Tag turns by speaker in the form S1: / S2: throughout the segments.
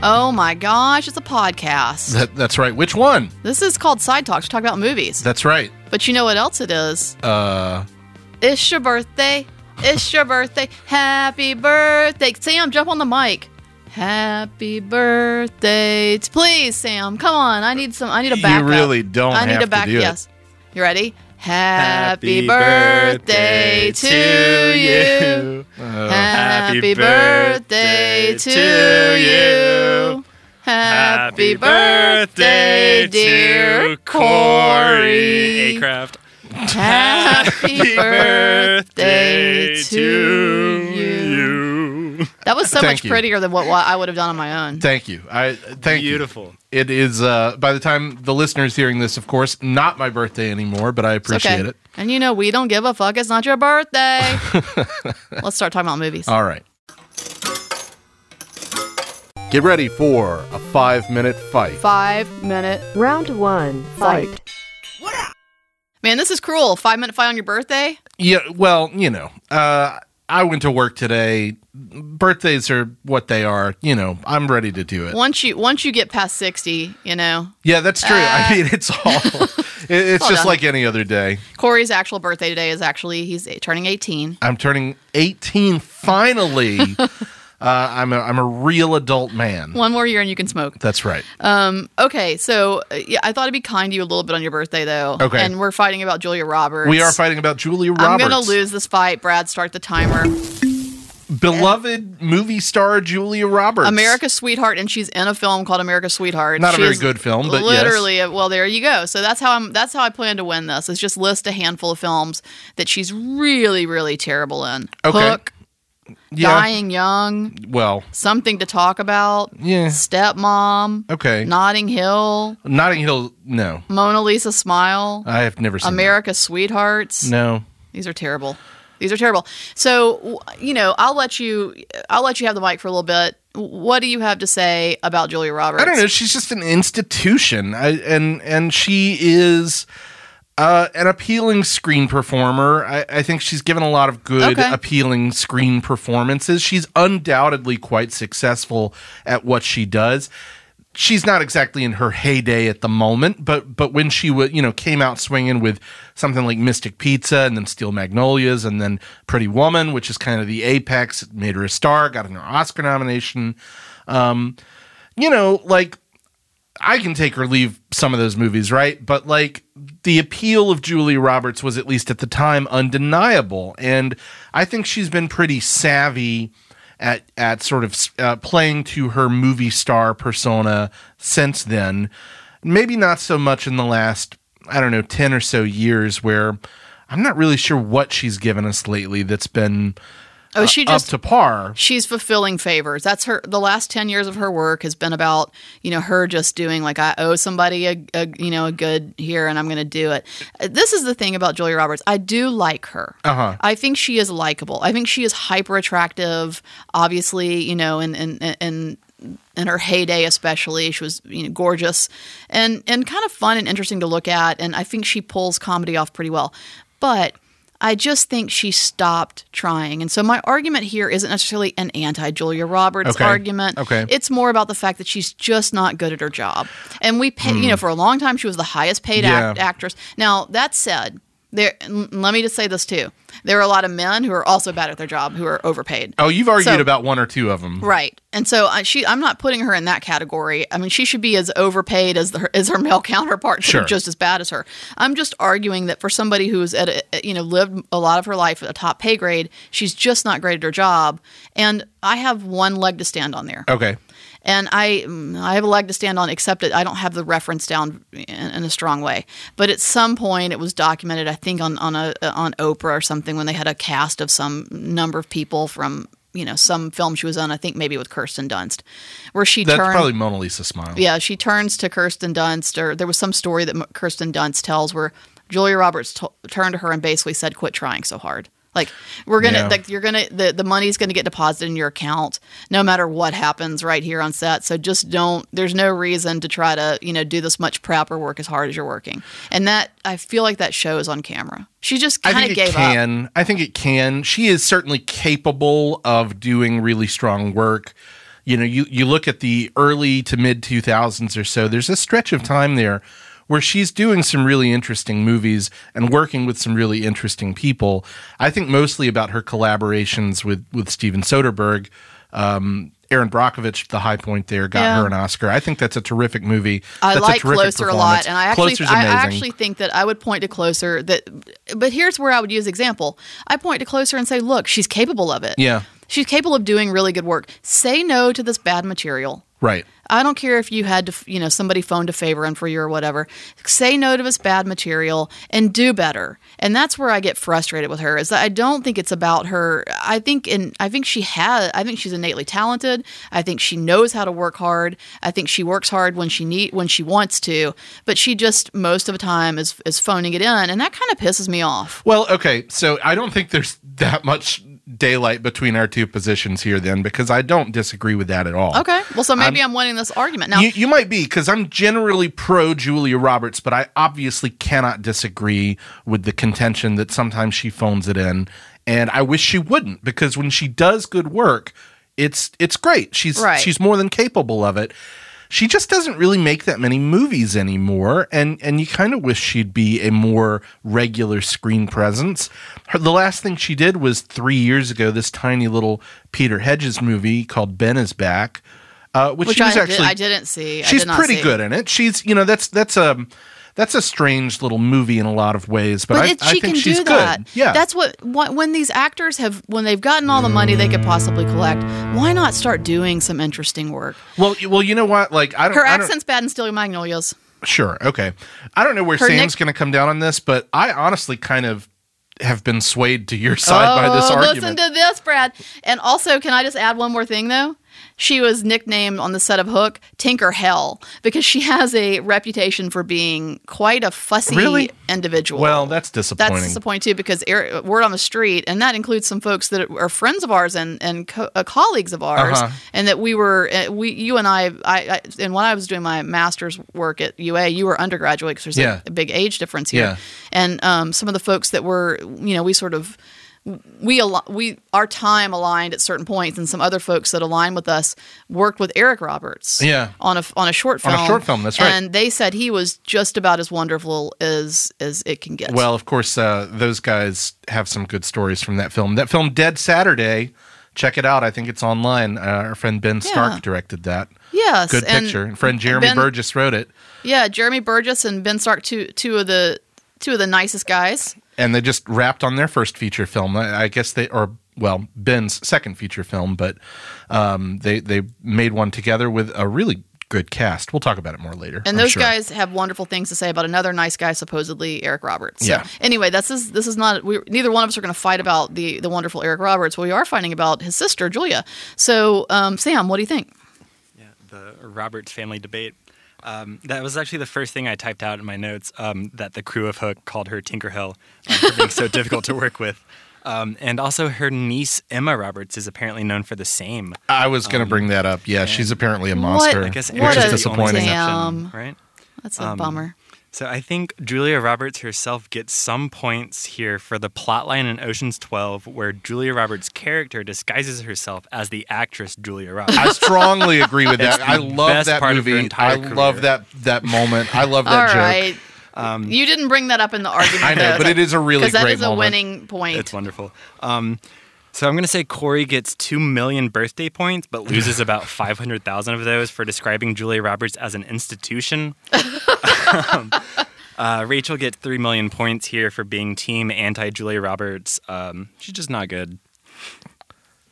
S1: Oh my gosh, it's a podcast.
S2: That, that's right. Which one?
S1: This is called Side Talks. We talk about movies.
S2: That's right.
S1: But you know what else it is?
S2: Uh,
S1: It's your birthday. It's your birthday. Happy birthday. Sam, jump on the mic. Happy birthday. to- Please, Sam. Come on. I need some I need a backup.
S3: You really don't
S1: I need
S3: have
S1: a back
S3: to do
S1: yes. You ready? Happy,
S3: Happy
S1: birthday,
S3: birthday
S1: to you.
S3: you.
S2: uh,
S1: Happy
S3: Happy
S1: birthday
S3: birthday
S1: to
S3: to
S1: you. Happy birthday, dear Corey.
S3: Acraft.
S1: Happy birthday to you.
S3: you.
S1: That was so
S2: Thank
S1: much
S2: you.
S1: prettier than what, what I would have done on my own.
S2: thank you. I thank you.
S3: Beautiful.
S2: It is uh, by the time the listeners hearing this, of course, not my birthday anymore, but I
S1: It's
S2: appreciate it.
S1: And you know, we don't give a fuck. It's not your birthday. Let's start talking about movies.
S2: All right. Get ready for a five-minute fight.
S1: Five minute.
S4: Round one, fight.
S1: Man, this is cruel. Five minute fight on your birthday?
S2: Yeah, well, you know, uh, I went to work today. Birthdays are what they are. You know, I'm ready to do it.
S1: Once you once you get past sixty, you know,
S2: Yeah, that's true. I mean, it's all. it- it's
S1: uh, Hold
S2: just
S1: on.
S2: like any other day.
S1: Corey's actual birthday today is actually he's turning eighteen.
S2: I'm turning 18 finally. uh, I'm a, I'm a real adult man.
S1: One more year and you can smoke.
S2: That's right.
S1: Um, okay, so uh, yeah, I thought it'd be kind to you a little bit on your birthday, though.
S2: Okay.
S1: And we're fighting about Julia Roberts.
S2: we are fighting about Julia
S1: I'm
S2: Roberts.
S1: going to lose this fight. Brad, start the timer.
S2: Beloved movie star Julia Roberts.
S1: America's Sweetheart, and she's in a film called America's Sweetheart.
S2: Not a
S1: She
S2: very
S1: is
S2: good film, but yes.
S1: literally, well, there you go. So that's how I'm. That's how I plan to win this. Is just list a handful of films that she's really, really terrible in.
S2: Okay.
S1: Hook,
S2: Yeah.
S1: Dying Young,
S2: Well,
S1: Something to Talk About,
S2: yeah.
S1: Stepmom,
S2: Okay.
S1: Notting Hill,
S2: Notting Hill. No,
S1: Mona Lisa Smile,
S2: I have never Uh, seen. that.
S1: America's Sweethearts.
S2: No.
S1: These are terrible. These are terrible. So w- you know, I'll let you. I'll let you have the mic for a little bit. What do you have to say about Julia Roberts?
S2: I don't know. She's just an institution, I, and and she is uh, an appealing screen performer. I, I think she's given a lot of good,
S1: Okay.
S2: appealing screen performances. She's undoubtedly quite successful at what she does. She's not exactly in her heyday at the moment, but but when she would you know came out swinging with something like Mystic Pizza and then Steel Magnolias and then Pretty Woman, which is kind of the apex, it made her a star, got an Oscar nomination Um, you know, like I can take or leave some of those movies, right? But like the appeal of Julia Roberts was at least at the time undeniable, and I think she's been pretty savvy at at sort of uh, playing to her movie star persona since then. Maybe not so much in the last I don't know ten or so years where. I'm not really sure what she's given us lately that's been
S1: Oh, she
S2: up
S1: just.
S2: to par.
S1: She's fulfilling favors. That's her. The last ten years of her work has been about you know her just doing like I owe somebody a, a you know a good here and I'm going to do it. Uh, This is the thing about Julia Roberts. I do like her.
S2: Uh-huh.
S1: I think she is likable. I think she is hyper attractive. Obviously, you know, and and and in her heyday, especially, she was you know gorgeous and and kind of fun and interesting to look at. And I think she pulls comedy off pretty well. But I just think she stopped trying. And so my argument here isn't necessarily an anti Julia Roberts
S2: Okay.
S1: argument.
S2: Okay.
S1: It's more about the fact that she's just not good at her job. And we pay, you know, for a long time she was the highest paid
S2: Hmm. Yeah.
S1: act- actress. Now, that said, there n- let me just say this too. There are a lot of men who are also bad at their job who are overpaid.
S2: Oh, you've argued
S1: So-
S2: about one or two of them.
S1: Right. And so I, she, I'm not putting her in that category. I mean, she should be as overpaid as the, as her male counterparts who are
S2: Sure.
S1: just as bad as her. I'm just arguing that for somebody who's at a, you know lived a lot of her life at a top pay grade, she's just not great at her job. And I have one leg to stand on there.
S2: Okay.
S1: And I mm, I have a leg to stand on, except that I don't have the reference down in, in a strong way. But at some point, it was documented, I think on on a on Oprah or something, when they had a cast of some number of people from you know some film she was on. I think maybe with Kirsten Dunst, where she
S2: That's
S1: turned.
S2: probably Mona Lisa smile.
S1: Yeah, she turns to Kirsten Dunst, or there was some story that M- Kirsten Dunst tells where Julia Roberts t- turned to her and basically said, "Quit trying so hard. Like we're gonna,
S2: Yeah.
S1: like you're gonna, the the money's gonna get deposited in your account no matter what happens right here on set. So just don't. There's no reason to try to you know do this much prep or work as hard as you're working. And that I feel like that shows on camera. She just
S2: I
S1: kind
S2: think
S1: of
S2: it
S1: gave up.
S2: can. I think it can. She is certainly capable of doing really strong work. you know you you look at the early to mid 2000s or so there's a stretch of time there where she's doing some really interesting movies and working with some really interesting people i think mostly about her collaborations with with steven soderbergh um Aaron Brockovich, the high point there, got
S1: Yeah.
S2: her an Oscar. I think that's a terrific movie.
S1: I
S2: That's a
S1: like
S2: terrific
S1: Closer a lot,
S2: performance.
S1: and I actually,
S2: Closer's
S1: I
S2: amazing.
S1: actually think that I would point to Closer. That, but here's where I would use example. I point to Closer and say, look, she's capable of it.
S2: Yeah.
S1: she's capable of doing really good work. Say no to this bad material.
S2: right.
S1: I don't care if you had to, you know, somebody phoned a favor in for you or whatever. Say no to this bad material and do better. And that's where I get frustrated with her is that I don't think it's about her. I think and I think she has. I think she's innately talented. I think she knows how to work hard. I think she works hard when she need when she wants to. But she just most of the time is is phoning it in, and that kind of pisses me off.
S2: Well, okay. So I don't think there's that much daylight between our two positions here, then, because I don't disagree with that at all.
S1: Okay, well, so maybe I'm, winning this argument now.
S2: You, you might be, because I'm generally pro Julia Roberts, but I obviously cannot disagree with the contention that sometimes she phones it in. And I wish she wouldn't, because when she does good work, it's it's great. She's
S1: Right.
S2: she's more than capable of it. She just doesn't really make that many movies anymore, and and you kind of wish she'd be a more regular screen presence. Her, the last thing she did was three years ago, this tiny little Peter Hedges movie called Ben is Back, uh, which,
S1: which
S2: she was
S1: I, did,
S2: actually
S1: I didn't see. I
S2: she's
S1: did not
S2: pretty
S1: see.
S2: good in it. She's you know that's that's a that's a strange little movie in a lot of ways, but,
S1: But
S2: I,
S1: it,
S2: I
S1: she
S2: think
S1: can
S2: she's
S1: do that.
S2: good. Yeah,
S1: that's what wh- when these actors have when they've gotten all the money they could possibly collect. Why not start doing some interesting work?
S2: well, y- well, you know what? Like I don't.
S1: Her
S2: I don't-
S1: accent's bad in Stealing Magnolias.
S2: sure, okay. I don't know where
S1: Her
S2: Sam's
S1: neck-
S2: going to come down on this, but I honestly kind of have been swayed to your side by this
S1: oh,
S2: argument.
S1: listen to this, Brad. And also, can I just add one more thing though? She was nicknamed on the set of Hook Tinker Hell because she has a reputation for being quite a fussy
S2: Really?
S1: individual.
S2: well, that's
S1: that's
S2: disappointing.
S1: disappointing too because air, word on the street, and that includes some folks that are friends of ours and and co- uh, colleagues of ours,
S2: Uh-huh.
S1: and that we were uh, we you and I, I I and when I was doing my master's work at UA, you were undergraduate because there's
S2: Yeah.
S1: a, a big age difference here,
S2: Yeah.
S1: and um, some of the folks that were you know we sort of we al- we our time aligned at certain points, and some other folks that aligned with us worked with Eric Roberts.
S2: Yeah.
S1: on a on a short
S2: On
S1: film.
S2: a short film, that's right.
S1: And they said he was just about as wonderful as as it can get.
S2: Well, of course, uh, those guys have some good stories from that film. That film, Dead Saturday. Check it out. I think it's online. Uh, our friend Ben
S1: Yeah.
S2: Stark directed that.
S1: yes,
S2: Good
S1: and-
S2: picture. And friend Jeremy
S1: Ben-
S2: Burgess wrote it.
S1: Yeah, Jeremy Burgess and Ben Stark, two two of the two of the nicest guys.
S2: and they just wrapped on their first feature film. I, I guess they or well Ben's second feature film, but um, they they made one together with a really good cast. We'll talk about it more later.
S1: And
S2: I'm
S1: those
S2: sure.
S1: guys have wonderful things to say about another nice guy, supposedly Eric Roberts. So,
S2: Yeah.
S1: Anyway, this is this is not. We neither one of us are going to fight about the the wonderful Eric Roberts. We are fighting about his sister Julia. So, um, Sam, what do you think?
S3: Yeah, the Roberts family debate. Um, that was actually the first thing I typed out in my notes um, that the crew of Hook called her Tinkerhell um, for being so difficult to work with. Um, and also, her niece Emma Roberts is apparently known for the same.
S2: I was going to bring that up. Yeah, she's apparently a monster.
S1: I
S3: I guess
S1: What
S3: Emma's
S2: which
S1: a
S2: is
S3: the only
S2: disappointing.
S1: damn-
S3: exception, right?
S1: That's a
S2: Um,
S1: bummer.
S3: So I think Julia Roberts herself gets some points here for the plotline in Ocean's 12 where Julia Roberts' character disguises herself as the actress Julia Roberts.
S2: I strongly agree with that. I love
S3: best
S2: that
S3: part of her
S2: movie. I
S3: entire
S2: love
S3: career.
S2: that that moment. I love
S1: All
S2: that joke. Um,
S1: right. you didn't bring that up in the argument.
S2: I know,
S1: though,
S2: but it is a really
S1: because that
S2: great
S1: is a
S2: moment.
S1: winning
S3: It's
S1: point.
S3: wonderful. Um, so I'm going to say Corey gets 2 million birthday points, but loses about 500,000 of those for describing Julia Roberts as an institution. Um, uh, Rachel gets 3 million points here for being team anti Julia Roberts. Um, she's just not good.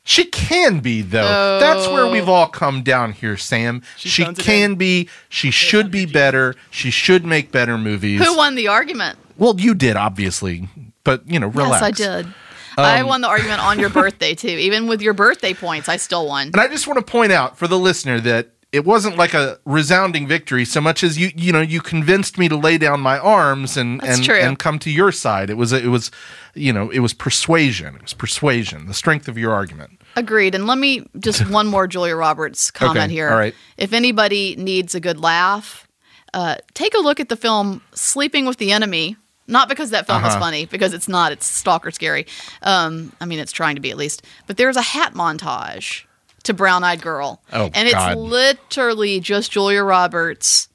S2: She can be though. That's where we've all come down here, Sam. She,
S3: She phones it
S2: can be. She should be better. She should make better movies.
S1: Who won the argument?
S2: Well, you did obviously, but you know,
S1: Yes,
S2: relax.
S1: I did. I won the argument on your birthday too. Even with your birthday points, I still won.
S2: And I just want to point out for the listener that it wasn't like a resounding victory so much as you you know you convinced me to lay down my arms and
S1: That's
S2: and,
S1: true.
S2: and come to your side. It was it was you know it was persuasion. It was persuasion. The strength of your argument.
S1: Agreed. And let me just one more Julia Roberts comment
S2: Okay,
S1: here.
S2: all right.
S1: If anybody needs a good laugh, uh, take a look at the film Sleeping with the Enemy. Not because that film is
S2: Uh-huh.
S1: funny, because it's not. It's stalker scary. Um, I mean, it's trying to be at least. But there's a hat montage to Brown Eyed Girl.
S2: Oh,
S1: and it's
S2: God.
S1: literally just Julia Roberts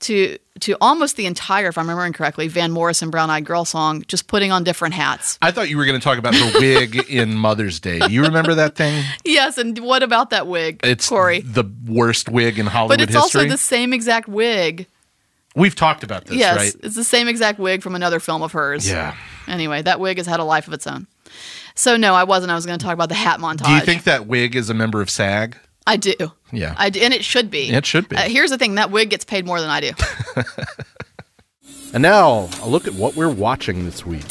S1: to to almost the entire, if I'm remembering correctly, Van Morrison Brown Eyed Girl song, just putting on different hats.
S2: I thought you were going to talk about her wig in Mother's Day. You remember that thing?
S1: Yes, and what about that wig,
S2: It's
S1: Corey?
S2: the worst wig in Hollywood
S1: But it's
S2: history.
S1: also the same exact wig.
S2: We've talked about this,
S1: yes,
S2: right?
S1: it's the same exact wig from another film of hers.
S2: Yeah.
S1: Anyway, that wig has had a life of its own. So no, I wasn't. I was going to talk about the hat montage.
S2: Do you think that wig is a member of SAG?
S1: I do.
S2: Yeah.
S1: I do, and it should be.
S2: It should be.
S1: Uh, here's the thing: that wig gets paid more than I do.
S5: And now, a look at what we're watching this week.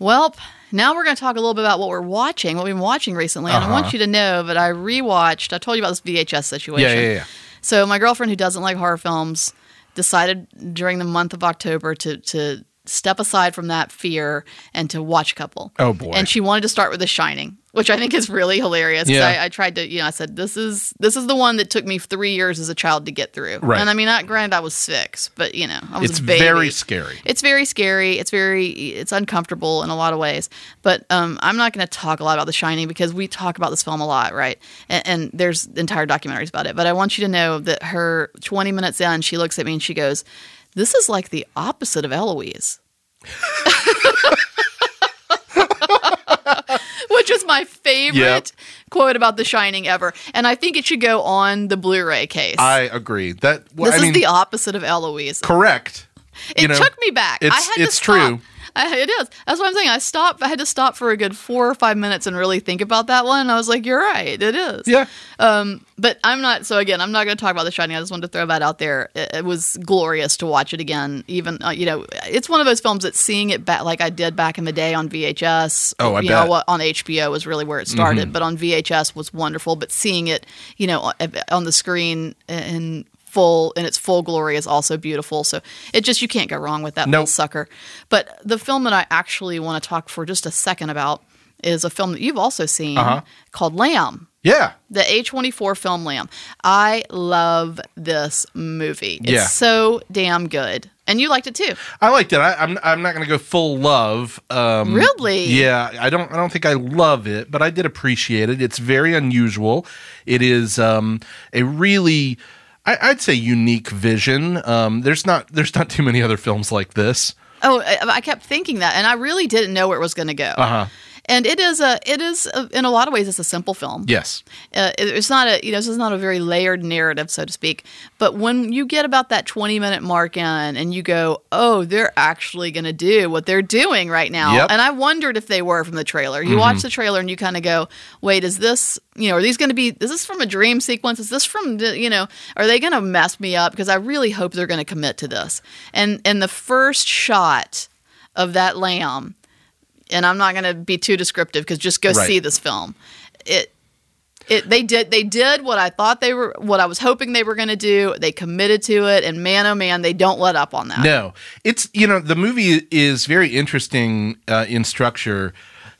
S1: Welp, now we're going to talk a little bit about what we're watching, what we've been watching recently. And I
S2: Uh-huh.
S1: want you to know that I rewatched, I told you about this VHS situation.
S2: Yeah, yeah, yeah.
S1: So, my girlfriend who doesn't like horror films decided during the month of October to, to step aside from that fear and to watch a couple.
S2: Oh, boy.
S1: And she wanted to start with The Shining. Which I think is really hilarious. 'cause
S2: Yeah.
S1: I, I tried to, you know, I said this is this is the one that took me three years as a child to get through.
S2: Right.
S1: And I mean, I, granted, I was six, but you know, I was
S2: It's
S1: a baby.
S2: very scary.
S1: It's very scary. It's very it's uncomfortable in a lot of ways. But um, I'm not going to talk a lot about The Shining because we talk about this film a lot, right? And, and there's entire documentaries about it. But I want you to know that her 20 minutes in, she looks at me and she goes, "This is like the opposite of Eloise." Which is my favorite
S2: Yep.
S1: quote about The Shining ever. And I think it should go on the Blu ray case.
S2: I agree. That well,
S1: this
S2: I
S1: is
S2: mean,
S1: the opposite of Eloise.
S2: correct.
S1: It
S2: you know,
S1: took me back. I
S2: it's-
S1: had to
S2: it's
S1: stop.
S2: true.
S1: I, it is. That's what I'm saying. I stopped. I had to stop for a good four or five minutes and really think about that one. And I was like, "You're right. It is."
S2: Yeah.
S1: But I'm not. So again, I'm not going to talk about The Shining. I just wanted to throw that out there. It, it was glorious to watch it again. Even uh, you know, it's one of those films that seeing it back like I did back in the day on VHS.
S2: Oh, I
S1: you
S2: bet. Mm-hmm.
S1: Know, on HBO was really where it started, but on VHS was wonderful. But seeing it, you know, on the screen and full in its full glory is also beautiful. So it just you can't go wrong with that
S2: Nope.
S1: little sucker. But the film that I actually want to talk for just a second about is a film that you've also seen
S2: Uh-huh.
S1: called Lamb.
S2: Yeah.
S1: The A24 film Lamb. I love this movie. It's
S2: Yeah.
S1: so damn good. And you liked it too.
S2: I liked it. I, I'm I'm not going to go full love. Um,
S1: Really?
S2: Yeah, I don't I don't think I love it, but I did appreciate it. It's very unusual. It is um, a really I, I'd say unique vision. Um, there's not there's not too many other films like this.
S1: Oh, I, I kept thinking that, and I really didn't know where it was going to go. Uh-huh. And it is a, it is a, in a lot of ways, it's a simple film.
S2: Yes.
S1: Uh, it- it's not a, you know, this is not a very layered narrative, so to speak. But when you get about that twenty minute mark in, and you go, oh, they're actually going to do what they're doing right now,
S2: Yep. Mm-hmm.
S1: and I wondered if they were from the trailer. You watch the trailer, and you kind of go, wait, is this, you know, are these going to be? Is this from a dream sequence? Is this from, the- you know, are they going to mess me up? Because I really hope they're going to commit to this. And and the first shot of that lamb, and I'm not going to be too descriptive because just go
S2: Right.
S1: see this film. It, it they did they did what I thought they were what I was hoping they were going to do. They committed to it, and man, oh man, they don't let up on that.
S2: No, it's you know the movie is very interesting uh, in structure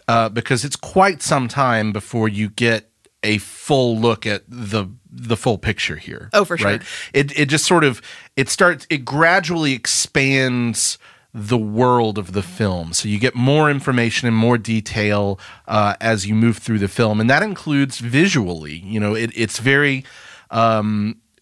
S2: uh, because it's quite some time before you get a full look at the the full picture here.
S1: Oh, for sure.
S2: right? It it just sort of it starts it gradually expands the world of the film, so you get more information and more detail uh, as you move through the film, and that includes visually. You know, it, it's very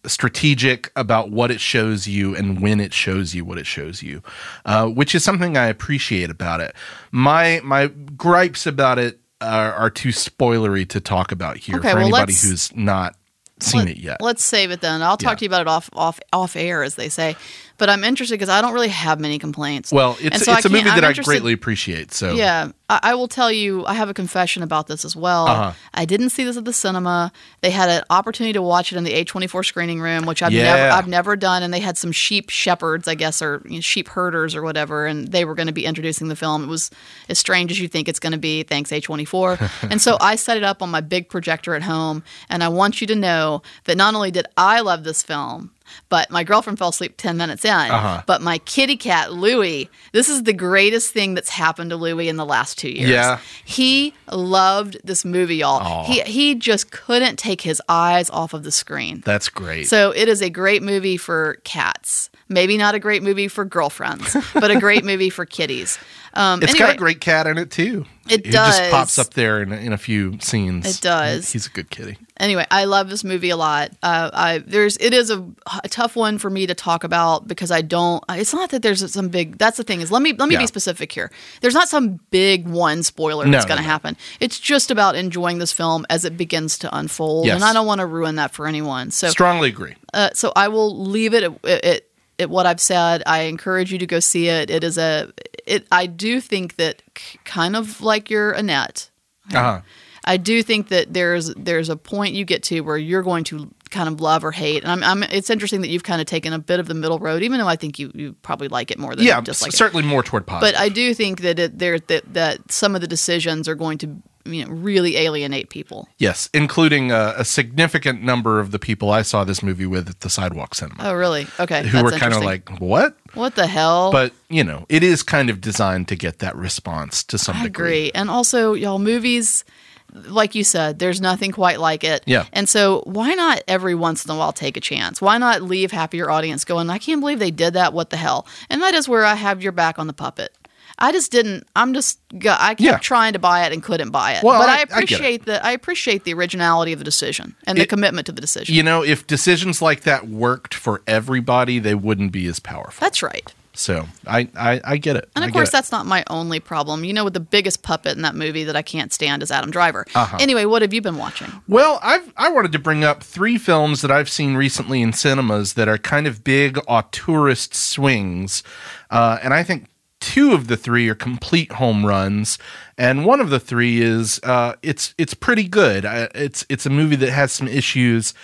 S2: strategic about what it shows you and when it shows you what it shows you, uh, which is something I appreciate about it. My my gripes about it are, are too spoilery to talk about here
S1: Okay,
S2: for
S1: well,
S2: anybody
S1: let's-
S2: who's not seen it yet.
S1: Let's save it then. I'll talk
S2: Yeah.
S1: to you about it off off off air, as they say. But I'm interested because I don't really have many complaints.
S2: Well, it's
S1: And so
S2: it's a
S1: can't-
S2: movie
S1: I'm
S2: that I
S1: interested-
S2: greatly appreciate. So
S1: Yeah, I, I will tell you. I have a confession about this as well.
S2: Uh-huh.
S1: I didn't see this at the cinema. They had an opportunity to watch it in the A24 screening room, which I've
S2: Yeah.
S1: never I've never done. And they had some sheep shepherds, I guess, or you know, sheep herders or whatever, and they were going to be introducing the film. It was as strange as you think it's going to be. Thanks A24. and so I set it up on my big projector at home, and I want you to know that not only did I love this film. But my girlfriend fell asleep 10 minutes in. But my kitty cat, Louie, this is the greatest thing that's happened to Louie in the last two years.
S2: Yeah.
S1: He loved this movie, y'all. He, he just couldn't take his eyes off of the screen.
S2: that's great.
S1: So it is a great movie for cats. Maybe not a great movie for girlfriends, but a great movie for kitties. Um,
S2: it's
S1: anyway,
S2: got a great cat in it too.
S1: It
S2: He just
S1: does.
S2: pops up there in, in a few scenes.
S1: It does.
S2: He's a good kitty.
S1: anyway, I love this movie a lot. Uh, I there's it is a, a tough one for me to talk about because I don't. It's not that there's some big. That's the thing is let me let me
S2: Yeah.
S1: be specific here. There's not some big one spoiler
S2: No,
S1: that's
S2: no,
S1: going to
S2: no.
S1: happen. It's just about enjoying this film as it begins to unfold,
S2: Yes.
S1: and I don't want to ruin that for anyone. So
S2: Strongly agree.
S1: uh, so I will leave it at, at, at what I've said. I encourage you to go see it. It is a. It I do think that k- kind of like your Annette.
S2: Uh-huh.
S1: I do think that there's there's a point you get to where you're going to kind of love or hate, and I'm, I'm it's interesting that you've kind of taken a bit of the middle road, even though I think you, you probably like it more than
S2: Yeah,
S1: you dislike
S2: c-
S1: it.
S2: certainly more toward
S1: But
S2: positive.
S1: I do think that it, there that that some of the decisions are going to you know really alienate people.
S2: yes, including a, a significant number of the people I saw this movie with at the sidewalk cinema,
S1: Oh, really? Okay,
S2: who
S1: that's
S2: were kind of
S1: interesting. Oh.
S2: like, "What?"
S1: what the hell?
S2: But you know, it is kind of designed to get that response to some
S1: I
S2: degree.
S1: agree. And also, y'all, movies, like you said, there's nothing quite like it.
S2: Yeah.
S1: And so, why not every once in a while take a chance? Why not leave half of your audience going, I can't believe they did that. What the hell? And that is where I have your back on the puppet. I just didn't. I'm just. go- I kept
S2: Yeah.
S1: trying to buy it and couldn't buy it.
S2: Well,
S1: but I,
S2: I- I get it.
S1: appreciate the. I appreciate the originality of the decision and the
S2: It-
S1: commitment to the decision.
S2: You know, if decisions like that worked for everybody, they wouldn't be as powerful.
S1: That's right.
S2: So I I, I get it.
S1: And
S2: I
S1: of
S2: get
S1: course,
S2: it.
S1: that's not my only problem. You know, the biggest puppet in that movie that I can't stand is Adam Driver.
S2: Uh-huh.
S1: Anyway, what have you been watching?
S2: Well, I've I wanted to bring up three films that I've seen recently in cinemas that are kind of big auteurist swings, uh, and I think two of the three are complete home runs, and one of the three is uh, it's it's pretty good. I, it's it's a movie that has some issues.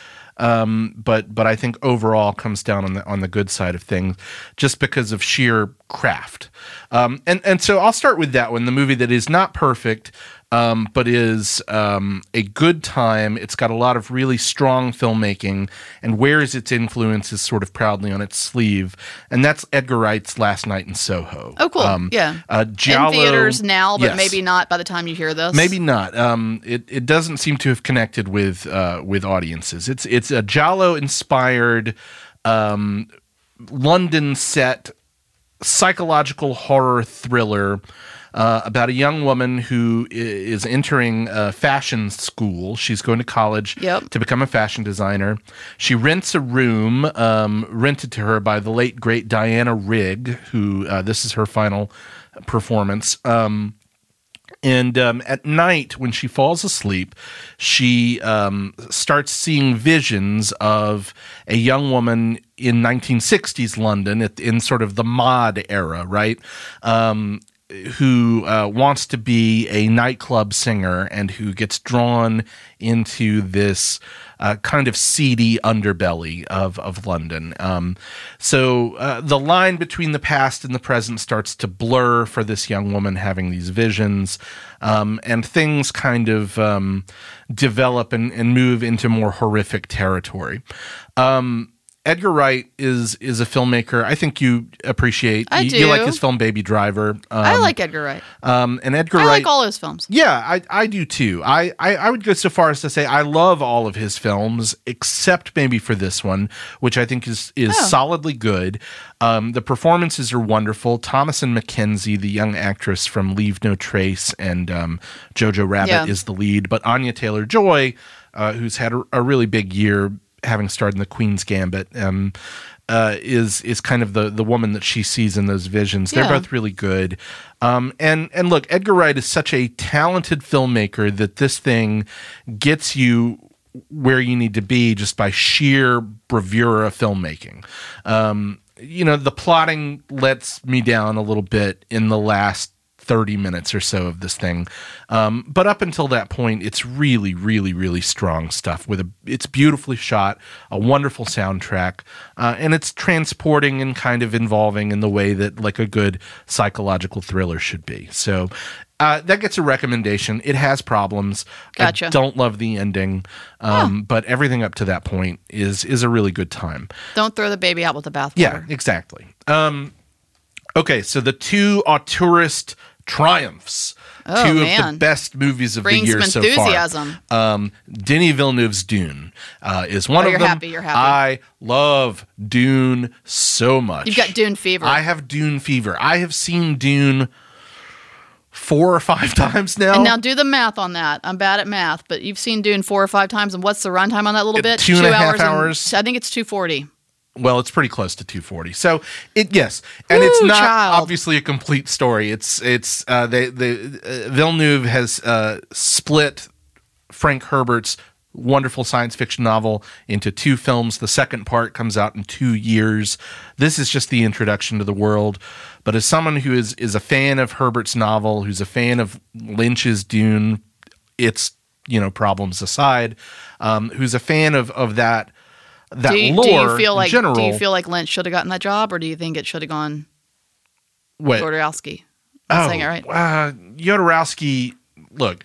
S2: Um, but but I think overall comes down on the on the good side of things, just because of sheer craft. Um, and and so I'll start with that one, the movie that is not perfect, um, but is um, a good time. It's got a lot of really strong filmmaking and wears its influences sort of proudly on its sleeve. And that's Edgar Wright's Last Night in Soho.
S1: Oh, cool. Yeah.
S2: Uh, Giallo,
S1: in theaters now, but
S2: Yes.
S1: maybe not by the time you hear this.
S2: Maybe not. Um, it, it doesn't seem to have connected with uh, with audiences. It's it's a Giallo inspired um, London set psychological horror thriller uh, about a young woman who i- is entering uh, fashion school. She's going to college
S1: Yep.
S2: to become a fashion designer. She rents a room um, rented to her by the late great Diana Rigg, who uh, this is her final performance. Um, and um, at night, when she falls asleep, she um, starts seeing visions of a young woman in 1960s London, at, in sort of the mod era, right? Um, who uh, wants to be a nightclub singer and who gets drawn into this uh, kind of seedy underbelly of of London. Um, so uh, the line between the past and the present starts to blur for this young woman having these visions, um, and things kind of um, develop and, and move into more horrific territory. Um, Edgar Wright is is a filmmaker. I think you appreciate.
S1: I
S2: you, you like
S1: do.
S2: his film Baby Driver. Um,
S1: I like Edgar Wright.
S2: um, and Edgar
S1: I
S2: Wright.
S1: like all his films.
S2: Yeah, I, I do too. I, I, I would go so far as to say I love all of his films, except maybe for this one, which I think is is
S1: Oh.
S2: solidly good. Um, the performances are wonderful. Thomason McKenzie, the young actress from Leave No Trace and um, Jojo Rabbit,
S1: Yeah.
S2: is the lead. But Anya Taylor Joy, uh, who's had a, a really big year, having starred in The Queen's Gambit. Um, uh, is is kind of the the woman that she sees in those visions. They're
S1: Yeah.
S2: both really good. Um, and and look, Edgar Wright is such a talented filmmaker that this thing gets you where you need to be just by sheer bravura of filmmaking. Um, you know, the plotting lets me down a little bit in the last 30 minutes or so of this thing. Um, but up until that point, it's really, really, really strong stuff with a, it's beautifully shot, a wonderful soundtrack, uh, and it's transporting and kind of involving in the way that like a good psychological thriller should be. So uh, that gets a recommendation. It has problems. I
S1: Gotcha.
S2: don't love the ending, um, but everything up to that point is, is a really good time.
S1: Don't throw the baby out with the bathwater.
S2: Yeah, exactly. Um, okay, so the two auteurist triumphs, two
S1: Oh,
S2: of
S1: man.
S2: the best movies of
S1: Brings
S2: the year
S1: some
S2: so far.
S1: enthusiasm.
S2: Um, Denis Villeneuve's Dune uh, is one
S1: Oh,
S2: of
S1: you're
S2: them.
S1: happy, you're happy.
S2: I love Dune so much.
S1: You've got Dune fever.
S2: I have Dune fever. I have seen Dune four or five times now.
S1: And now do the math on that. I'm bad at math, but you've seen Dune four or five times. And what's the runtime on that little
S2: Uh,
S1: bit?
S2: two and a half
S1: and-
S2: hours.
S1: I think it's two forty.
S2: well, it's pretty close to 240. So it yes, and it's
S1: Woo,
S2: not
S1: child.
S2: obviously a complete story. It's it's uh, they the uh, Villeneuve has uh, split Frank Herbert's wonderful science fiction novel into two films. The second part comes out in two years. This is just the introduction to the world. But as someone who is is a fan of Herbert's novel, who's a fan of Lynch's Dune, its you know problems aside, um, who's a fan of of that that
S1: do, you,
S2: lore
S1: do you feel like
S2: in general.
S1: do you feel like Lynch should have gotten that job, or do you think it should have gone
S2: Wait,
S1: Gordowski? I'm saying it right.
S2: Uh, Yodorowski, look,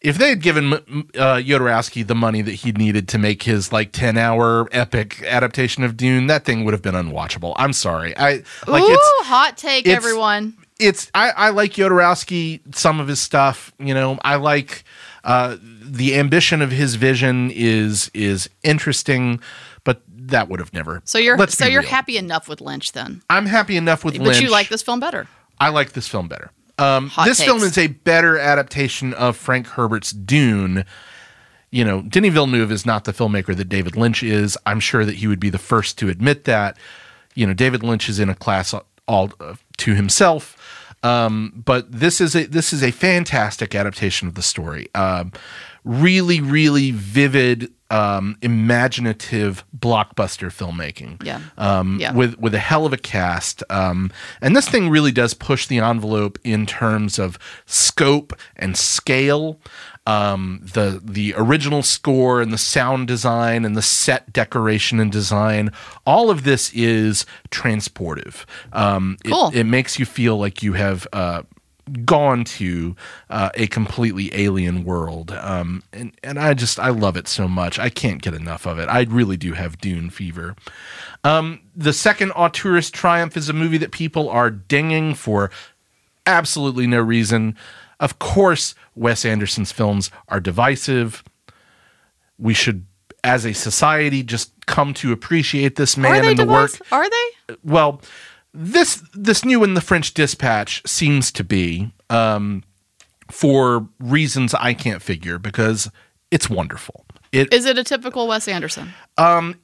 S2: if they had given m- uh, Yodorowski the money that he needed to make his like ten hour epic adaptation of Dune, that thing would have been unwatchable. I'm sorry. I like
S1: Ooh,
S2: it's
S1: hot take,
S2: it's-
S1: everyone.
S2: it's I, I like Yodorowski, some of his stuff. You know, I like uh, the ambition of his vision is is interesting, but that would have never.
S1: So you're
S2: let's
S1: so
S2: be
S1: you're
S2: real.
S1: happy enough with Lynch then,
S2: I'm happy enough with
S1: but
S2: Lynch.
S1: you like this film better.
S2: I like this film better. Um,
S1: Hot
S2: this
S1: takes.
S2: film is a better adaptation of Frank Herbert's Dune. You know, Denis Villeneuve is not the filmmaker that David Lynch is. I'm sure that he would be the first to admit that. You know, David Lynch is in a class all uh, to himself. Um, but this is a this is a fantastic adaptation of the story. Um, really, really vivid, um, imaginative blockbuster filmmaking
S1: Yeah.
S2: um,
S1: Yeah.
S2: with with a hell of a cast. Um, and this thing really does push the envelope in terms of scope and scale. Um, the the original score and the sound design and the set decoration and design, all of this is transportive. Um, it-
S1: Cool.
S2: It, makes you feel like you have. Uh, gone to uh, a completely alien world um, and and I just I love it so much I can't get enough of it I really do have Dune fever the second auteurist triumph is a movie that people are dinging for absolutely no reason. Of course, Wes Anderson's films are divisive. We should, as a society, just come to appreciate this
S1: Are
S2: man
S1: they
S2: and the work
S1: divorced? Are they?
S2: well, this this new in the French Dispatch seems to be um, for reasons I can't figure because it's wonderful. It
S1: Is it a typical Wes Anderson?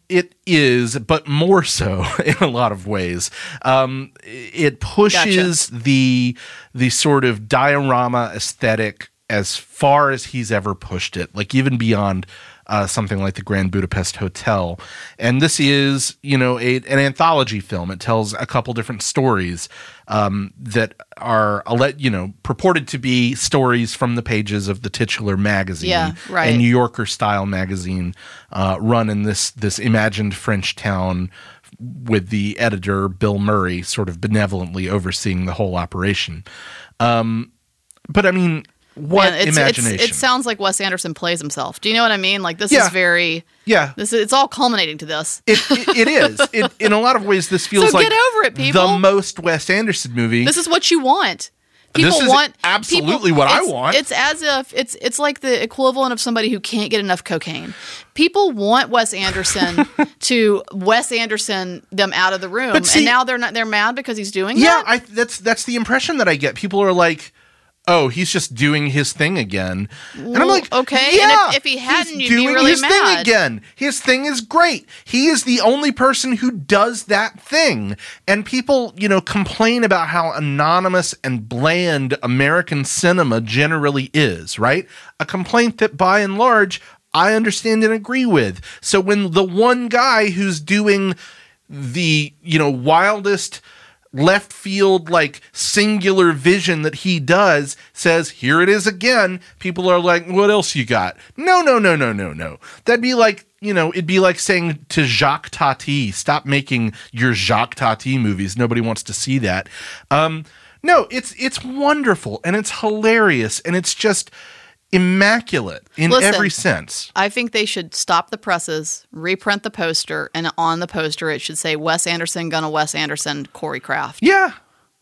S2: it is, but more so in a lot of ways. Um, it pushes the the sort of diorama aesthetic as far as he's ever pushed it, like even beyond uh, something like the Grand Budapest Hotel. And this is, you know, a, an anthology film. It tells a couple different stories um, that are, alle- you know, purported to be stories from the pages of the titular magazine
S1: Yeah, right.
S2: and New Yorker style magazine uh, run in this this imagined French town with the editor Bill Murray sort of benevolently overseeing the whole operation. Um, but I mean, what
S1: Man, it's- it's-
S2: imagination?
S1: it sounds like Wes Anderson plays himself. Do you know what I mean? Like this
S2: Yeah.
S1: is very
S2: yeah,
S1: this is, it's all culminating to this.
S2: it, it, it is. It, in a lot of ways, this feels
S1: So
S2: like
S1: get over it, people.
S2: the most Wes Anderson movie.
S1: This is what you want.
S2: This
S1: People
S2: is
S1: want
S2: absolutely what I
S1: it's-
S2: want.
S1: It's as if it's it's like the equivalent of somebody who can't get enough cocaine. People want Wes Anderson to Wes Anderson them out of the room,
S2: But see-
S1: and now they're not they're mad because he's doing
S2: yeah,
S1: that.
S2: I, that's that's the impression that I get. People are like. Oh, he's just doing his thing again, and
S1: Well,
S2: I'm like,
S1: okay, and
S2: Yeah,
S1: if- if he
S2: he's
S1: hadn't, you'd be
S2: doing
S1: really
S2: his thing
S1: mad."
S2: again. His thing is great. He is the only person who does that thing, and people, you know, complain about how anonymous and bland American cinema generally is. Right, a complaint that by and large I understand and agree with. So when the one guy who's doing the you know wildest left field like singular vision that he does says here it is again people are like what else you got no no no no no no that'd be like you know it'd be like saying to Jacques Tati stop making your Jacques Tati movies nobody wants to see that um no it's it's wonderful and it's hilarious and it's just immaculate in
S1: Listen.
S2: every sense
S1: I think they should stop the presses, reprint the poster, and on the poster it should say Wes Anderson, Gunna Wes Anderson, Corey Kraft.
S2: Yeah.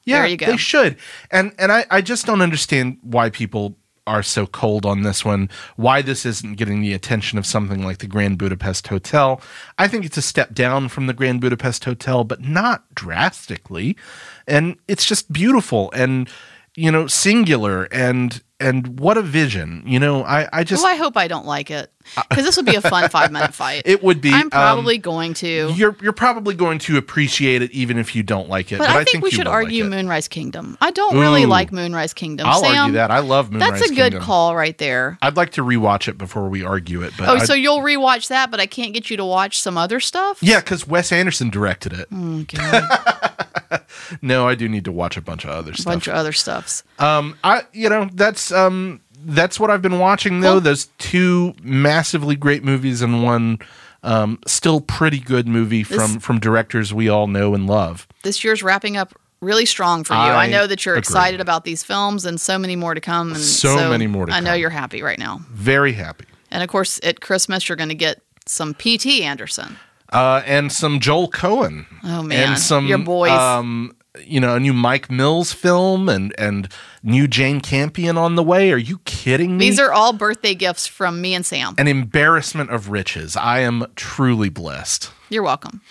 S2: Yeah.
S1: There you go.
S2: They should. And and I, I just don't understand why people are so cold on this one, why this isn't getting the attention of something like the Grand Budapest Hotel. I think it's a step down from the Grand Budapest Hotel, but not drastically. And it's just beautiful and you know, singular and and what a vision. You know, I I just
S1: well, I hope I don't like it because this would be a fun five minute fight.
S2: it would be
S1: I'm probably
S2: um,
S1: going to.
S2: you're you're probably going to appreciate it even if you don't like it.
S1: But, I, think we
S2: you
S1: should
S2: will like
S1: argue
S2: it.
S1: Moonrise Kingdom. I don't really
S2: Ooh.
S1: like Moonrise Kingdom.
S2: I'll
S1: Sam,
S2: argue that. I love Moonrise
S1: that's a good
S2: Kingdom.
S1: call right there.
S2: I'd like to rewatch it before we argue it, but
S1: Oh,
S2: I-
S1: so you'll rewatch that, but I can't get you to watch some other stuff?
S2: yeah, because Wes Anderson directed it.
S1: Oh, God.
S2: No, I do need to watch a bunch of other
S1: A
S2: stuff.
S1: bunch of other stuffs.
S2: Um, I you know that's um that's what I've been watching though.
S1: Cool.
S2: Those two massively great movies and one um still pretty good movie from from directors we all know and love.
S1: This year's wrapping up really strong for you.
S2: I
S1: I, know that you're
S2: agree.
S1: excited about these films and so many more to come. And
S2: So many more to
S1: I know
S2: come.
S1: you're happy right now.
S2: Very happy.
S1: And of course, at Christmas, you're going to get some P.T. Anderson.
S2: Uh, and some Joel Cohen.
S1: Oh, man.
S2: and some
S1: Your boys.
S2: Um, you know, a new Mike Mills film and and new Jane Campion on the way. Are you kidding me?
S1: These are all birthday gifts from me and Sam.
S2: an embarrassment of riches. I am truly blessed.
S1: You're welcome.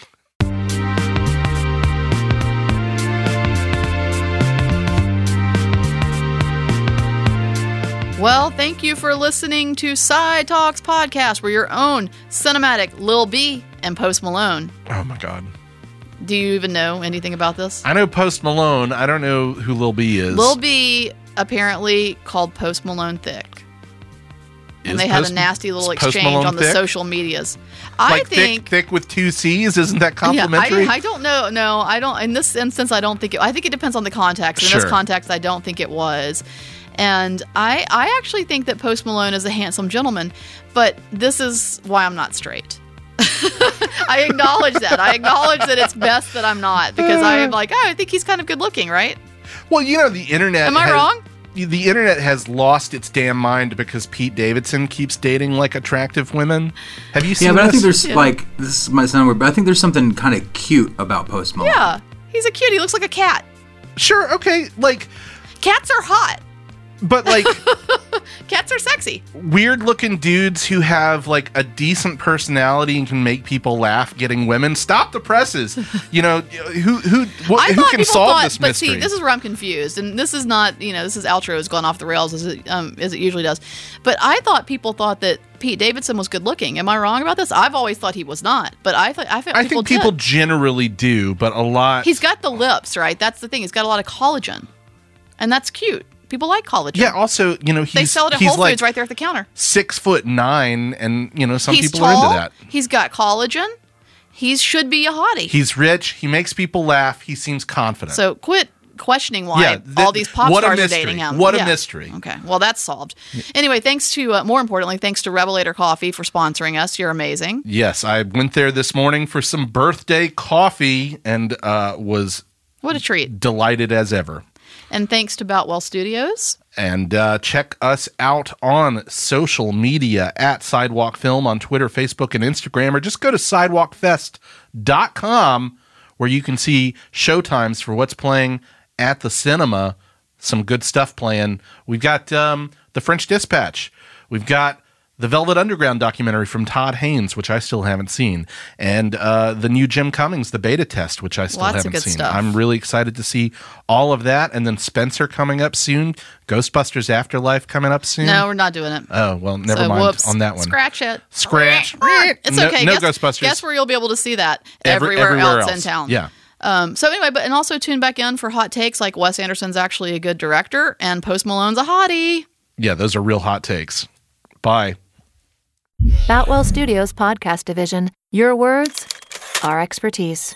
S1: Well, thank you for listening to Side Talks Podcast, where your own cinematic Lil B and Post Malone.
S2: Oh my god.
S1: Do you even know anything about this?
S2: I know Post Malone. I don't know who Lil B is.
S1: Lil B apparently called Post Malone thick.
S2: Is
S1: And they had a
S2: Post-
S1: nasty little
S2: is Post
S1: exchange
S2: Malone
S1: on the
S2: thick?
S1: social medias. I
S2: like
S1: think
S2: thick, thick with two C's. Isn't that
S1: Yeah,
S2: complimentary?
S1: I, I don't know. No, I don't. In this instance, I don't think it. I think it depends on the context. In
S2: Sure.
S1: this context, I don't think it was. And I, I actually think that Post Malone is a handsome gentleman, but this is why I'm not straight. I acknowledge that. I acknowledge that it's best that I'm not because I am like, oh, I think he's kind of good looking, right?
S2: well, you know the internet.
S1: Am I
S2: has-
S1: wrong?
S2: The internet has lost its damn mind because Pete Davidson keeps dating like attractive women. Have you seen?
S6: Yeah, but I
S2: this?
S6: think there's
S1: Yeah.
S6: like this might sound weird, but I think there's something kind of cute about Post Malone.
S1: Yeah, he's a cute. He looks like a cat.
S2: sure okay, like,
S1: Cats are hot.
S2: but like
S1: Cats are sexy.
S2: weird looking dudes who have like a decent personality and can make people laugh, getting women. Stop the presses. You know who who what,
S1: I
S2: who
S1: thought
S2: can
S1: people
S2: solve
S1: thought,
S2: this
S1: but
S2: mystery?
S1: see, this is where I'm confused, and this is not, you know, this is outro has gone off the rails as it um, as it usually does. But I thought people thought that Pete Davidson was good looking. Am I wrong about this? I've always thought he was not, but I thought I, thought
S2: I think people
S1: did.
S2: generally do, but a lot.
S1: He's got the lips, right? That's the thing. He's got a lot of collagen, and that's cute. People like collagen.
S2: yeah. Also, you know, he's
S1: they sell it at
S2: he's
S1: Whole
S2: like,
S1: Foods right there at the counter.
S2: six foot nine, and you know some
S1: he's
S2: people
S1: tall.
S2: are into that.
S1: He's got collagen. He should be a hottie.
S2: He's rich. He makes people laugh. He seems confident.
S1: So quit questioning why
S2: Yeah, th-
S1: all these pop
S2: what a
S1: stars are
S2: mystery.
S1: dating him.
S2: What a mystery.
S1: Okay, well that's solved. Anyway, thanks to uh, more importantly, thanks to Revelator Coffee for sponsoring us. You're amazing.
S2: yes, I went there this morning for some birthday coffee and uh, was
S1: What a treat!
S2: delighted as ever.
S1: And thanks to Boutwell Studios.
S2: And uh, check us out on social media at Sidewalk Film on Twitter, Facebook, and Instagram, or just go to sidewalkfest.com where you can see showtimes for what's playing at the cinema. Some good stuff playing. We've got um, The French Dispatch. We've got the Velvet Underground documentary from Todd Haynes, which I still haven't seen, and uh, the new Jim Cummings, the beta test, which I still
S1: Lots of
S2: haven't
S1: good
S2: seen.
S1: stuff.
S2: I'm really excited to see all of that, and then Spencer coming up soon, Ghostbusters Afterlife coming up soon.
S1: No, we're not doing it.
S2: Oh well, never
S1: So,
S2: mind
S1: whoops.
S2: on that one.
S1: Scratch it.
S2: Scratch.
S1: It's
S2: No-
S1: okay.
S2: No,
S1: guess,
S2: Ghostbusters.
S1: Guess where you'll be able to see that
S2: Every-
S1: everywhere,
S2: everywhere
S1: else, in
S2: else.
S1: town.
S2: Yeah.
S1: Um, so anyway, but and also tune back in for hot takes like Wes Anderson's actually a good director and Post Malone's a hottie.
S2: yeah, those are real hot takes. Bye.
S7: Boutwell Studios Podcast Division. Your words, our expertise.